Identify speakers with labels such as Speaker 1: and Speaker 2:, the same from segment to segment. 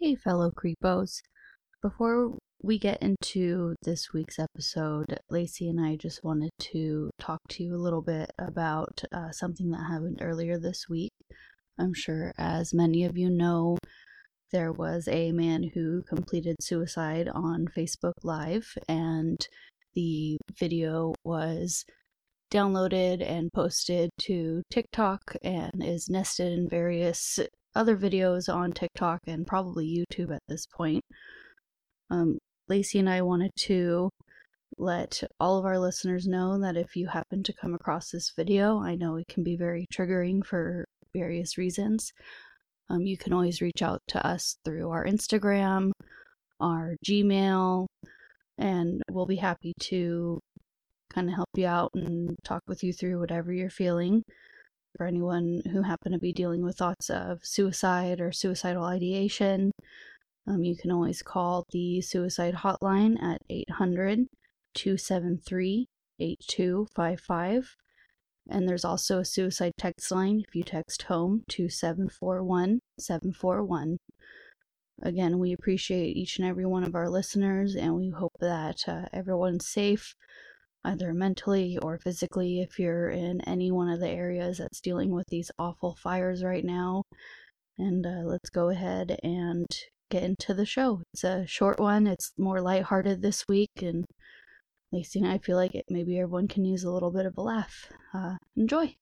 Speaker 1: Hey, fellow creepos. Before we get into this week's episode, Lacey and I just wanted to talk to you a little bit about uh, something that happened earlier this week. I'm sure, as many of you know, there was a man who completed suicide on Facebook Live, and the video was downloaded and posted to TikTok and is nested in various other videos on TikTok and probably YouTube at this point. Um, Lacey and I wanted to let all of our listeners know that if you happen to come across this video, I know it can be very triggering for various reasons. Um, you can always reach out to us through our Instagram, our Gmail, and we'll be happy to kind of help you out and talk with you through whatever you're feeling. For anyone who happen to be dealing with thoughts of suicide or suicidal ideation, um, you can always call the suicide hotline at 800 273 8255. And there's also a suicide text line if you text home to 741 741. Again, we appreciate each and every one of our listeners, and we hope that uh, everyone's safe either mentally or physically if you're in any one of the areas that's dealing with these awful fires right now. And uh, let's go ahead and get into the show. It's a short one, it's more lighthearted this week, and Lacey and I feel like it, maybe everyone can use a little bit of a laugh. Uh, enjoy!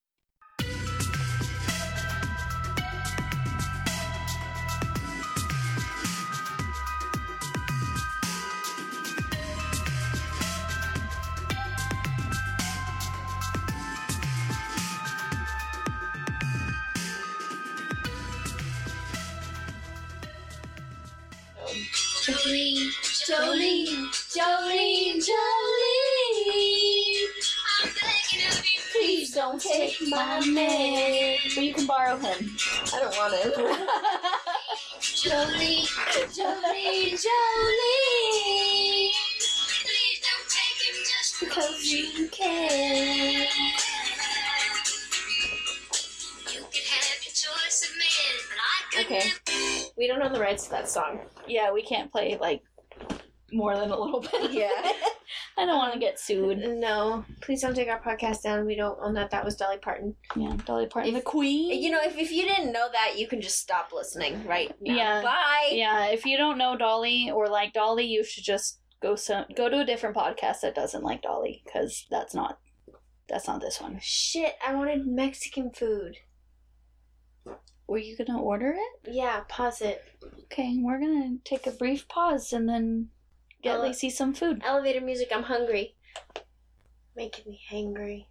Speaker 2: Jolene, Jolene, Jolene, Jolene. I'm begging of you, please don't take my man.
Speaker 3: But you can borrow him.
Speaker 2: I don't want to. Jolene, Jolene, Jolene. Please don't take him just because you can. You could have your choice of men, but I could
Speaker 3: Okay.
Speaker 2: never.
Speaker 3: We don't own the rights to that song.
Speaker 1: Yeah, we can't play like more than a little bit. I don't want to get sued.
Speaker 3: no, please don't take our podcast down. We don't own that. That was Dolly Parton.
Speaker 1: Yeah, Dolly Parton.
Speaker 3: If-
Speaker 1: the Queen.
Speaker 3: You know, if, if you didn't know that, you can just stop listening right now.
Speaker 1: Yeah.
Speaker 3: Bye.
Speaker 1: Yeah, if you don't know Dolly or like Dolly, you should just go some go to a different podcast that doesn't like Dolly because that's not that's not this one.
Speaker 3: Shit, I wanted Mexican food.
Speaker 1: Were you gonna order it?
Speaker 3: Yeah, pause it.
Speaker 1: Okay, we're gonna take a brief pause and then get
Speaker 3: Uh,
Speaker 1: Lacey some food.
Speaker 3: Elevator music, I'm hungry. Making me hangry.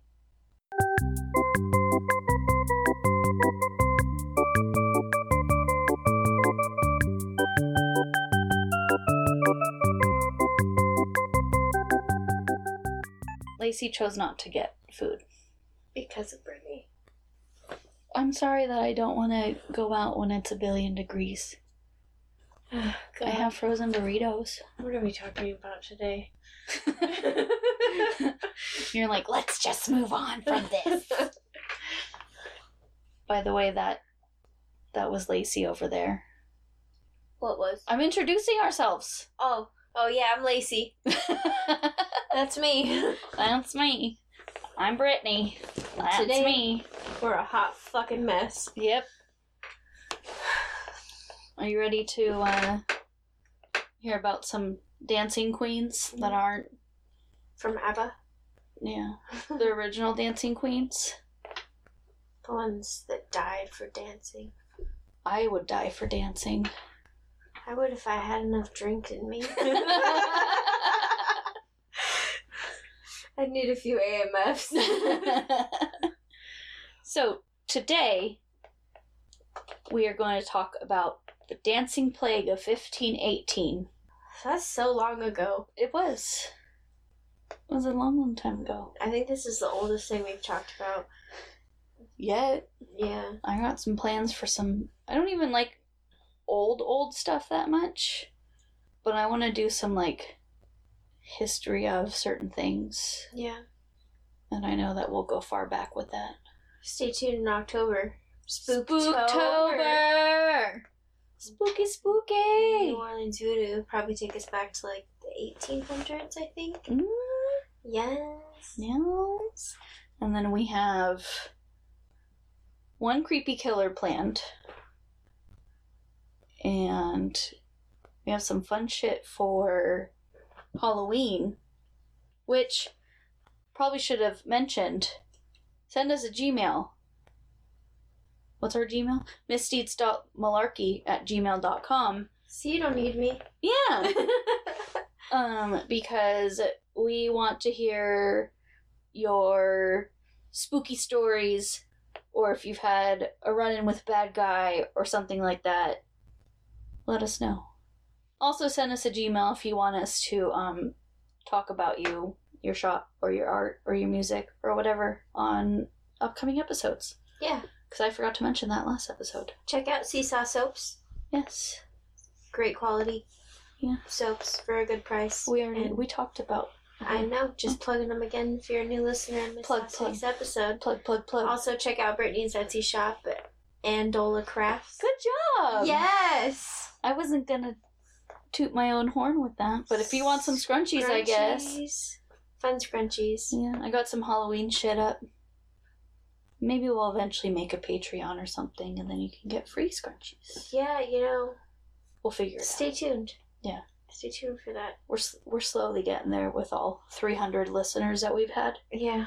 Speaker 1: Lacey chose not to get food.
Speaker 3: Because of Britney.
Speaker 1: I'm sorry that I don't want to go out when it's a billion degrees.
Speaker 3: Oh, God.
Speaker 1: I have frozen burritos.
Speaker 3: What are we talking about today?
Speaker 1: You're like, let's just move on from this. By the way, that that was Lacey over there.
Speaker 3: what was?
Speaker 1: I'm introducing ourselves.
Speaker 3: Oh, oh yeah, I'm Lacey. That's me.
Speaker 1: That's me. I'm Brittany. That's
Speaker 3: Today-
Speaker 1: me.
Speaker 3: We're a hot fucking mess.
Speaker 1: Yep. Are you ready to uh, hear about some dancing queens that aren't,
Speaker 3: From ABBA,
Speaker 1: yeah, the original dancing queens?
Speaker 3: the ones that died for dancing.
Speaker 1: I would die for dancing.
Speaker 3: I would if I had enough drink in me. I'd need a few AMFs.
Speaker 1: so today we are going to talk about the dancing plague of 1518
Speaker 3: That's so long ago.
Speaker 1: it was it was a long long time ago
Speaker 3: I think this is the oldest thing we've talked about.
Speaker 1: yet
Speaker 3: Yeah.
Speaker 1: i got some plans for some i don't even like old old stuff that much but i want to do some like history of certain things
Speaker 3: Yeah.
Speaker 1: and i know that we'll go far back with that
Speaker 3: Stay tuned in October.
Speaker 1: Spooktober.
Speaker 3: Spooky, spooky.
Speaker 2: New Orleans voodoo probably take us back to like the 1800s, I think.
Speaker 1: Mm,
Speaker 2: Yes.
Speaker 1: yes. And then we have one creepy killer planned. And we have some fun shit for Halloween, which probably should have mentioned. Send us a Gmail. What's our Gmail? Misdeeds.malarkey at gmail.com.
Speaker 2: See, you don't need me.
Speaker 1: Yeah! um, because we want to hear your spooky stories, or if you've had a run in with a bad guy or something like that, let us know. Also, send us a Gmail if you want us to um, talk about you, your shop, or your art, or your music, or whatever on upcoming episodes.
Speaker 2: yeah.
Speaker 1: Because I forgot to mention that last episode.
Speaker 2: Check out Seesaw Soaps.
Speaker 1: Yes,
Speaker 2: Great quality.
Speaker 1: Yeah.
Speaker 2: Soaps for a good price.
Speaker 1: we already
Speaker 2: And
Speaker 1: we talked about.
Speaker 2: I know. Just plugging them again if you're a new listener and missed
Speaker 1: Plug,
Speaker 2: last
Speaker 1: plug.
Speaker 2: week's episode.
Speaker 1: plug plug plug.
Speaker 2: Also, check out Brittany's Etsy shop and Dola Crafts.
Speaker 1: Good job.
Speaker 2: yes.
Speaker 1: I wasn't gonna toot my own horn with that, but if you want some scrunchies, I guess.
Speaker 2: Scrunchies. Fun scrunchies.
Speaker 1: Yeah, I got some Halloween shit up. Maybe we'll eventually make a Patreon or something, and then you can get free scrunchies.
Speaker 2: Yeah, you know,
Speaker 1: We'll figure it out.
Speaker 2: stay tuned.
Speaker 1: Yeah.
Speaker 2: Stay tuned for that.
Speaker 1: We're s- we're slowly getting there with all 300 listeners that we've had.
Speaker 2: Yeah.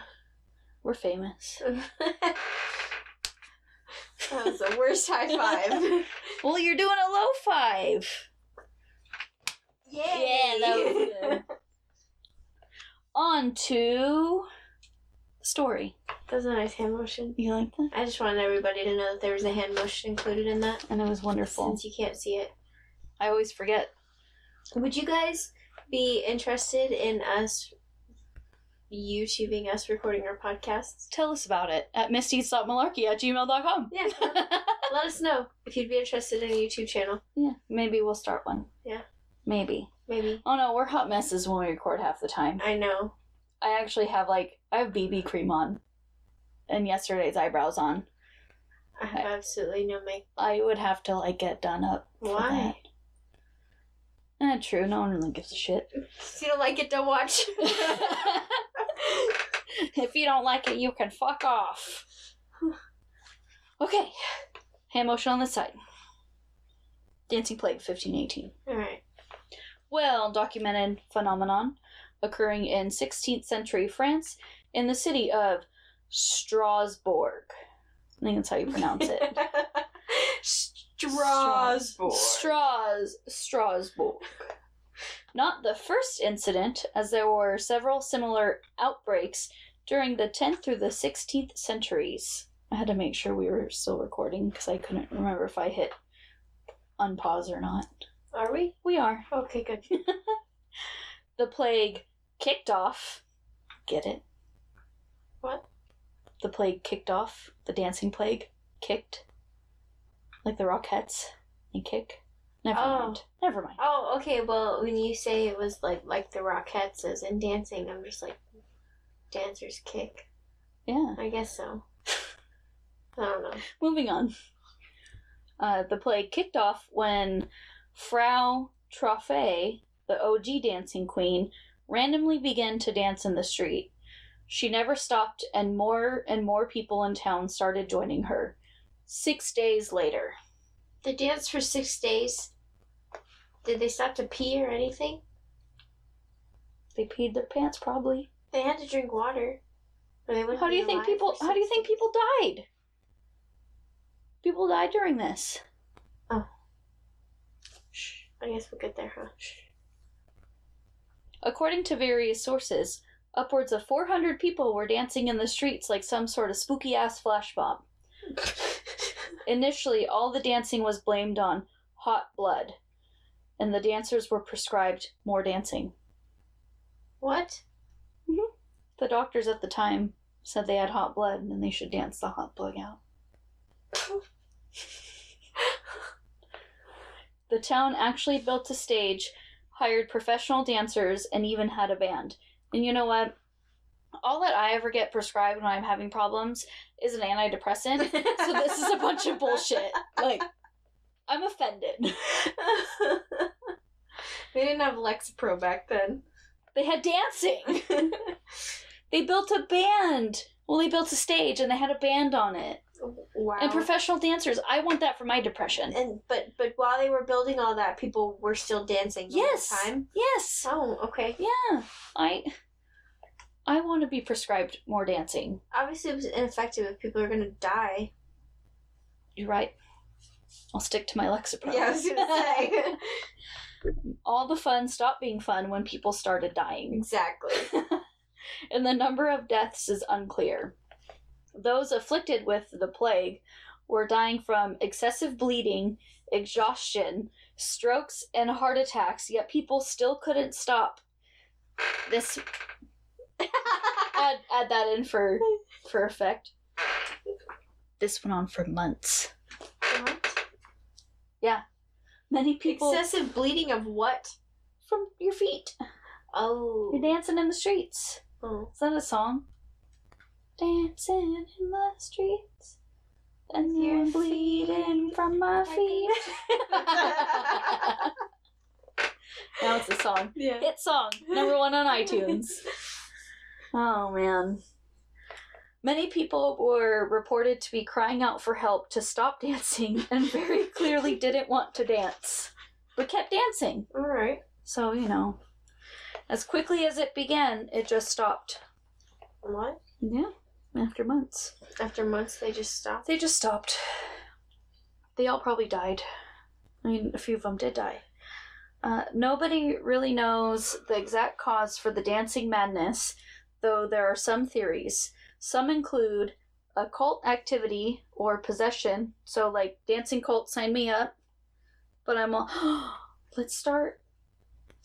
Speaker 1: We're famous.
Speaker 2: that was the worst high five.
Speaker 1: Well, you're doing a low five. Yeah, that was good. On to story.
Speaker 2: That was a nice hand motion.
Speaker 1: You like that?
Speaker 2: I just wanted everybody to know that there was a hand motion included in that
Speaker 1: And it was wonderful.
Speaker 2: since you can't see it.
Speaker 1: I always forget.
Speaker 2: Would you guys be interested in us YouTubing us recording our podcasts?
Speaker 1: Tell us about it at misties.malarkey at gmail.com.
Speaker 2: Yeah. Let us know if you'd be interested in a YouTube channel.
Speaker 1: yeah. Maybe we'll start one.
Speaker 2: Yeah.
Speaker 1: Maybe.
Speaker 2: Maybe.
Speaker 1: Oh no, we're hot messes when we record half the time.
Speaker 2: I know.
Speaker 1: I actually have like I have BB cream on, and yesterday's eyebrows on.
Speaker 2: I have absolutely no make.
Speaker 1: I would have to like get done up. for
Speaker 2: Why?
Speaker 1: that. Eh, true. No one really gives a shit.
Speaker 2: If you don't like it, don't watch.
Speaker 1: if you don't like it, you can fuck off. Okay. Hand motion on this side. Dancing plague, fifteen eighteen.
Speaker 2: Alright.
Speaker 1: well documented phenomenon occurring in 16th century France in the city of Strasbourg. I think that's how you pronounce it.
Speaker 2: Strasbourg.
Speaker 1: Stras Strasbourg. Not the first incident, as there were several similar outbreaks during the 10th through the 16th centuries. I had to make sure we were still recording because I couldn't remember if I hit unpause or not.
Speaker 2: Are we?
Speaker 1: We are.
Speaker 2: Okay, good.
Speaker 1: the plague kicked off. Get it?
Speaker 2: What?
Speaker 1: The plague kicked off. The dancing plague kicked. Like the Rockettes and kick. Never
Speaker 2: Oh.
Speaker 1: mind. Never mind.
Speaker 2: Oh, okay. Well, when you say it was like like the Rockettes is in dancing, I'm just like, dancers kick.
Speaker 1: Yeah.
Speaker 2: I guess so. I don't know.
Speaker 1: Moving on. Uh, the plague kicked off when Frau Trophée, the OG dancing queen, randomly began to dance in the street. She never stopped, and more and more people in town started joining her. Six days later,
Speaker 2: They danced for six days. Did they stop to pee or anything?
Speaker 1: They peed their pants, probably.
Speaker 2: They had to drink water. Or they wouldn't
Speaker 1: How do
Speaker 2: be
Speaker 1: you think
Speaker 2: alive for
Speaker 1: people? How do you
Speaker 2: six
Speaker 1: think
Speaker 2: days.
Speaker 1: people died? People died during this.
Speaker 2: I guess we'll get there, huh?
Speaker 1: According to various sources, upwards of 400 people were dancing in the streets like some sort of spooky ass flash mob. Initially, all the dancing was blamed on hot blood, and the dancers were prescribed more dancing.
Speaker 2: What?
Speaker 1: The doctors at the time said they had hot blood and they should dance the hot blood out. the town actually built a stage, hired professional dancers, and even had a band. And you know what? All that I ever get prescribed when I'm having problems is an antidepressant. so this is a bunch of bullshit. Like, I'm offended.
Speaker 2: they didn't have Lexapro back then.
Speaker 1: They had dancing. They built a band. Well, they built a stage and they had a band on it
Speaker 2: wow.
Speaker 1: and professional dancers. I want that for my depression.
Speaker 2: and but but while they were building all that, people were still dancing. the whole
Speaker 1: yes.
Speaker 2: time.
Speaker 1: Yes.
Speaker 2: Oh, okay.
Speaker 1: Yeah. I. I want to be prescribed more dancing.
Speaker 2: Obviously, it was ineffective if people are gonna die.
Speaker 1: You're right. I'll stick to my Lexapro.
Speaker 2: Yeah, I was gonna say
Speaker 1: All the fun stopped being fun when people started dying,
Speaker 2: exactly.
Speaker 1: and the number of deaths is unclear. Those afflicted with the plague were dying from excessive bleeding, exhaustion, strokes, and heart attacks, yet people still couldn't stop. This add, add that in for for effect. This went on for months.
Speaker 2: What?
Speaker 1: Many people
Speaker 2: Excessive bleeding of what?
Speaker 1: from your feet.
Speaker 2: Oh.
Speaker 1: You're dancing in the streets.
Speaker 2: Oh.
Speaker 1: Is that a song? Dancing in the streets, and
Speaker 2: Your
Speaker 1: you're bleeding from my feet. now it's a song.
Speaker 2: yeah.
Speaker 1: Hit song number one on iTunes. Oh man. Many people were reported to be crying out for help to stop dancing and very clearly didn't want to dance, but kept dancing.
Speaker 2: All right.
Speaker 1: So, you know, as quickly as it began, it just stopped.
Speaker 2: What?
Speaker 1: Yeah, after months.
Speaker 2: After months, they just stopped.
Speaker 1: They just stopped. They all probably died. I mean, a few of them did die. Uh, nobody really knows the exact cause for the dancing madness, though there are some theories. Some include occult activity or possession. So, like, dancing cult, sign me up. But I'm all, let's start.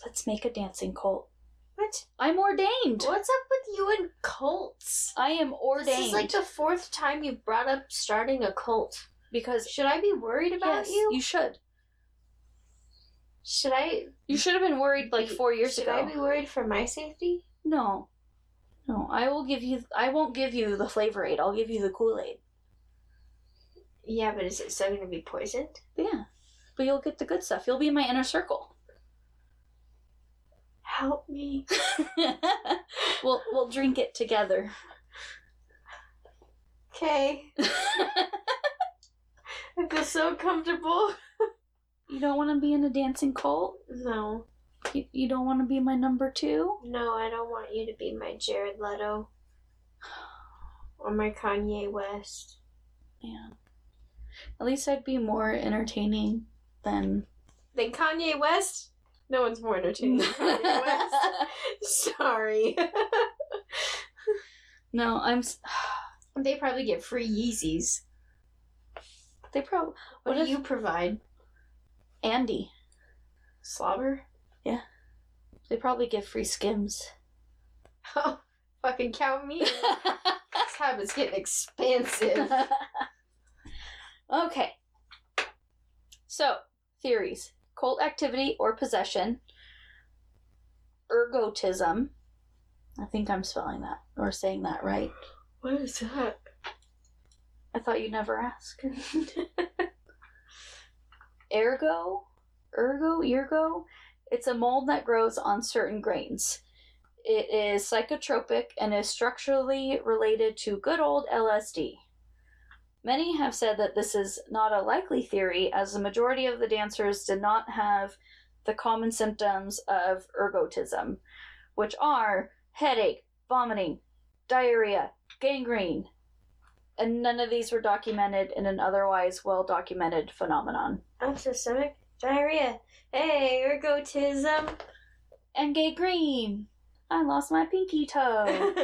Speaker 1: Let's make a dancing cult.
Speaker 2: What?
Speaker 1: I'm ordained.
Speaker 2: What's up with you and cults?
Speaker 1: I am ordained
Speaker 2: This is like the fourth time you brought up starting a cult.
Speaker 1: because
Speaker 2: Should I be worried about
Speaker 1: yes,
Speaker 2: you?
Speaker 1: you should.
Speaker 2: Should I?
Speaker 1: You should have been worried like
Speaker 2: be-
Speaker 1: four years
Speaker 2: should
Speaker 1: ago.
Speaker 2: I be worried for my safety?
Speaker 1: No, no. I will give you. I won't give you the flavor aid. I'll give you the Kool Aid.
Speaker 2: Yeah, but is it still going to be poisoned?
Speaker 1: Yeah, but you'll get the good stuff. You'll be in my inner circle.
Speaker 2: Help me.
Speaker 1: we'll we'll drink it together.
Speaker 2: Okay. I feel so comfortable.
Speaker 1: you don't want to be in a dancing cult.
Speaker 2: No,
Speaker 1: You, you don't want to be my number two.
Speaker 2: no, I don't want you to be my Jared Leto or my Kanye West.
Speaker 1: Man, at least I'd be more entertaining than.
Speaker 2: Then Kanye West? No one's more entertaining than Kanye West.
Speaker 1: no,
Speaker 2: Sorry.
Speaker 1: I'm. s-
Speaker 2: they probably get free Yeezys.
Speaker 1: They probably What
Speaker 2: What, do
Speaker 1: if-
Speaker 2: you provide?
Speaker 1: Andy.
Speaker 2: Slobber?
Speaker 1: They probably give free Skims.
Speaker 2: Oh, fucking count me. in. this habit's getting expansive.
Speaker 1: okay. So, theories cult activity or possession, ergotism. I think I'm spelling that or saying that right.
Speaker 2: What is that?
Speaker 1: I thought you'd never ask. ergo? Ergo? Ergo? It's a mold that grows on certain grains. It is psychotropic and is structurally related to good old LSD. Many have said that this is not a likely theory, as the majority of the dancers did not have the common symptoms of ergotism, which are headache, vomiting, diarrhea, gangrene, and none of these were documented in an otherwise well documented phenomenon.
Speaker 2: Upset stomach? Diarrhea. Hey, ergotism.
Speaker 1: And gay green! I lost my pinky toe.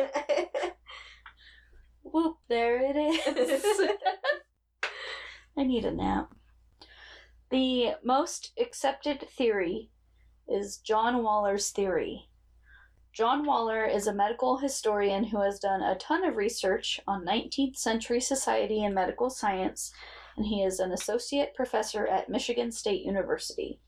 Speaker 1: Whoop, there it is. I need a nap. The most accepted theory is John Waller's theory. John Waller is a medical historian who has done a ton of research on 19th century society and medical science, and he is an associate professor at Michigan State University.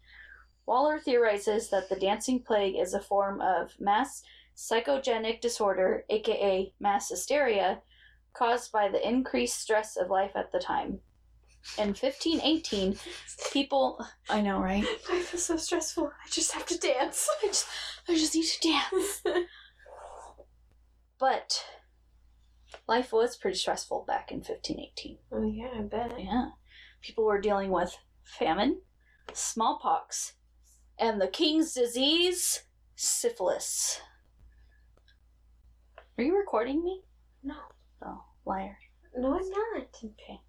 Speaker 1: Waller theorizes that the dancing plague is a form of mass psychogenic disorder, aka mass hysteria, caused by the increased stress of life at the time. in 1518, people. I know, right?
Speaker 2: Life is so stressful. I just have to dance. I just,
Speaker 1: I just need to dance. but life was pretty stressful back in 1518.
Speaker 2: oh yeah, I bet.
Speaker 1: Yeah. People were dealing with famine, smallpox, and the king's disease, syphilis. Are you recording me?
Speaker 2: No,
Speaker 1: Oh, liar.
Speaker 2: no, I'm not.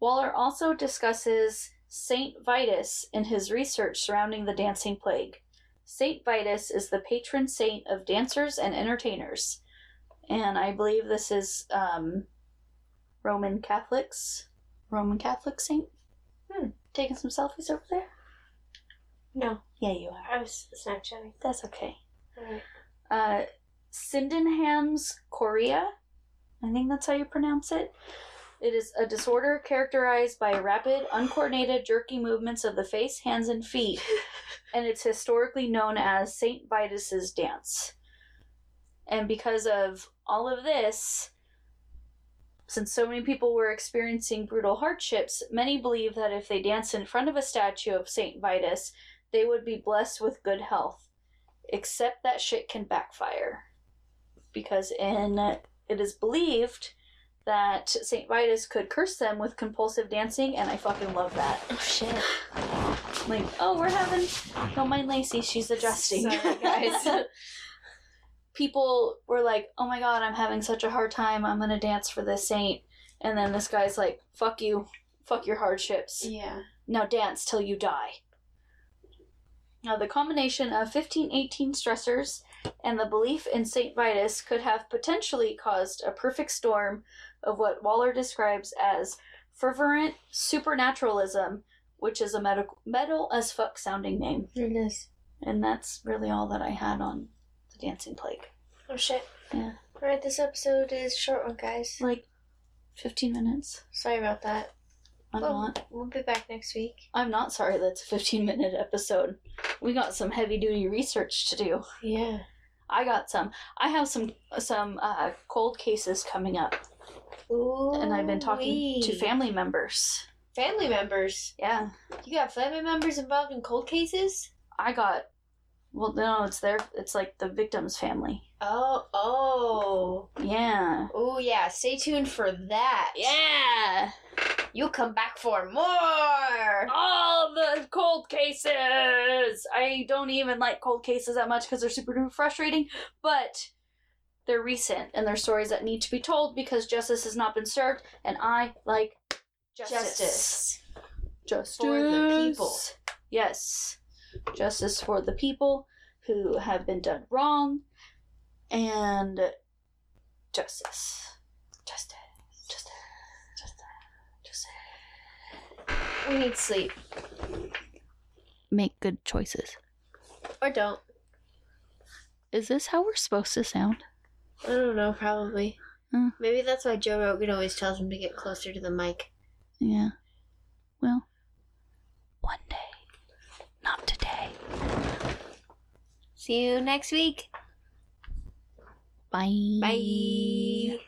Speaker 1: Waller also discusses Saint Vitus in his research surrounding the dancing plague. Saint Vitus is the patron saint of dancers and entertainers, and I believe this is um, Roman Catholics. Roman Catholic saint.
Speaker 2: Hmm.
Speaker 1: Taking some selfies over there.
Speaker 2: No,
Speaker 1: Yeah, you are.
Speaker 2: I was Snapchatting.
Speaker 1: That's okay.
Speaker 2: Alright.
Speaker 1: Uh, Sydenham's chorea. I think that's how you pronounce it. It is a disorder characterized by rapid, uncoordinated, jerky movements of the face, hands, and feet, and it's historically known as Saint Vitus's dance. And because of all of this, since so many people were experiencing brutal hardships, many believe that if they danced in front of a statue of Saint Vitus, they would be blessed with good health except that shit can backfire because in it is believed that Saint Vitus could curse them with compulsive dancing, and I fucking love that.
Speaker 2: Oh shit.
Speaker 1: Like, oh, we're having don't mind Lacey, she's adjusting.
Speaker 2: Sorry, guys.
Speaker 1: People were like, oh my god, I'm having such a hard time. I'm gonna dance for this saint, and then this guy's like, fuck you, fuck your hardships.
Speaker 2: Yeah.
Speaker 1: Now dance till you die. Now, the combination of 1518 stressors and the belief in St. Vitus could have potentially caused a perfect storm of what Waller describes as fervent supernaturalism, which is a medical, metal as fuck sounding name.
Speaker 2: It is.
Speaker 1: And that's really all that I had on the dancing plague.
Speaker 2: Oh shit.
Speaker 1: Yeah.
Speaker 2: Alright, this episode is a short one, guys.
Speaker 1: Like 15 minutes.
Speaker 2: Sorry about that.
Speaker 1: I'm
Speaker 2: Well,
Speaker 1: not.
Speaker 2: We'll be back next week.
Speaker 1: I'm not sorry that's a 15 minute episode. We got some heavy duty research to do.
Speaker 2: Yeah.
Speaker 1: I got some. I have some some uh, cold cases coming up,
Speaker 2: Ooh.
Speaker 1: and I've been talking to family members.
Speaker 2: family members.
Speaker 1: Yeah,
Speaker 2: You got family members involved in cold cases?
Speaker 1: I got. Well, no, it's their. It's like the victim's family.
Speaker 2: Oh, oh.
Speaker 1: Yeah.
Speaker 2: Oh, yeah. Stay tuned for that.
Speaker 1: Yeah.
Speaker 2: You'll come back for more.
Speaker 1: All the cold cases. I don't even like cold cases that much because they're super duper frustrating, but they're recent and they're stories that need to be told because justice has not been served, and I like justice. justice
Speaker 2: For the people.
Speaker 1: Yes, justice for the people who have been done wrong, and justice, justice, justice, justice, justice.
Speaker 2: We need sleep.
Speaker 4: Make good choices.
Speaker 2: Or don't.
Speaker 4: Is this how we're supposed to sound?
Speaker 2: I don't know, probably.
Speaker 4: Hmm.
Speaker 2: Maybe that's why Joe Rogan always tells him to get closer to the mic.
Speaker 4: Yeah. Well, one day. Not today.
Speaker 2: See you next week.
Speaker 4: Bye.
Speaker 2: Bye.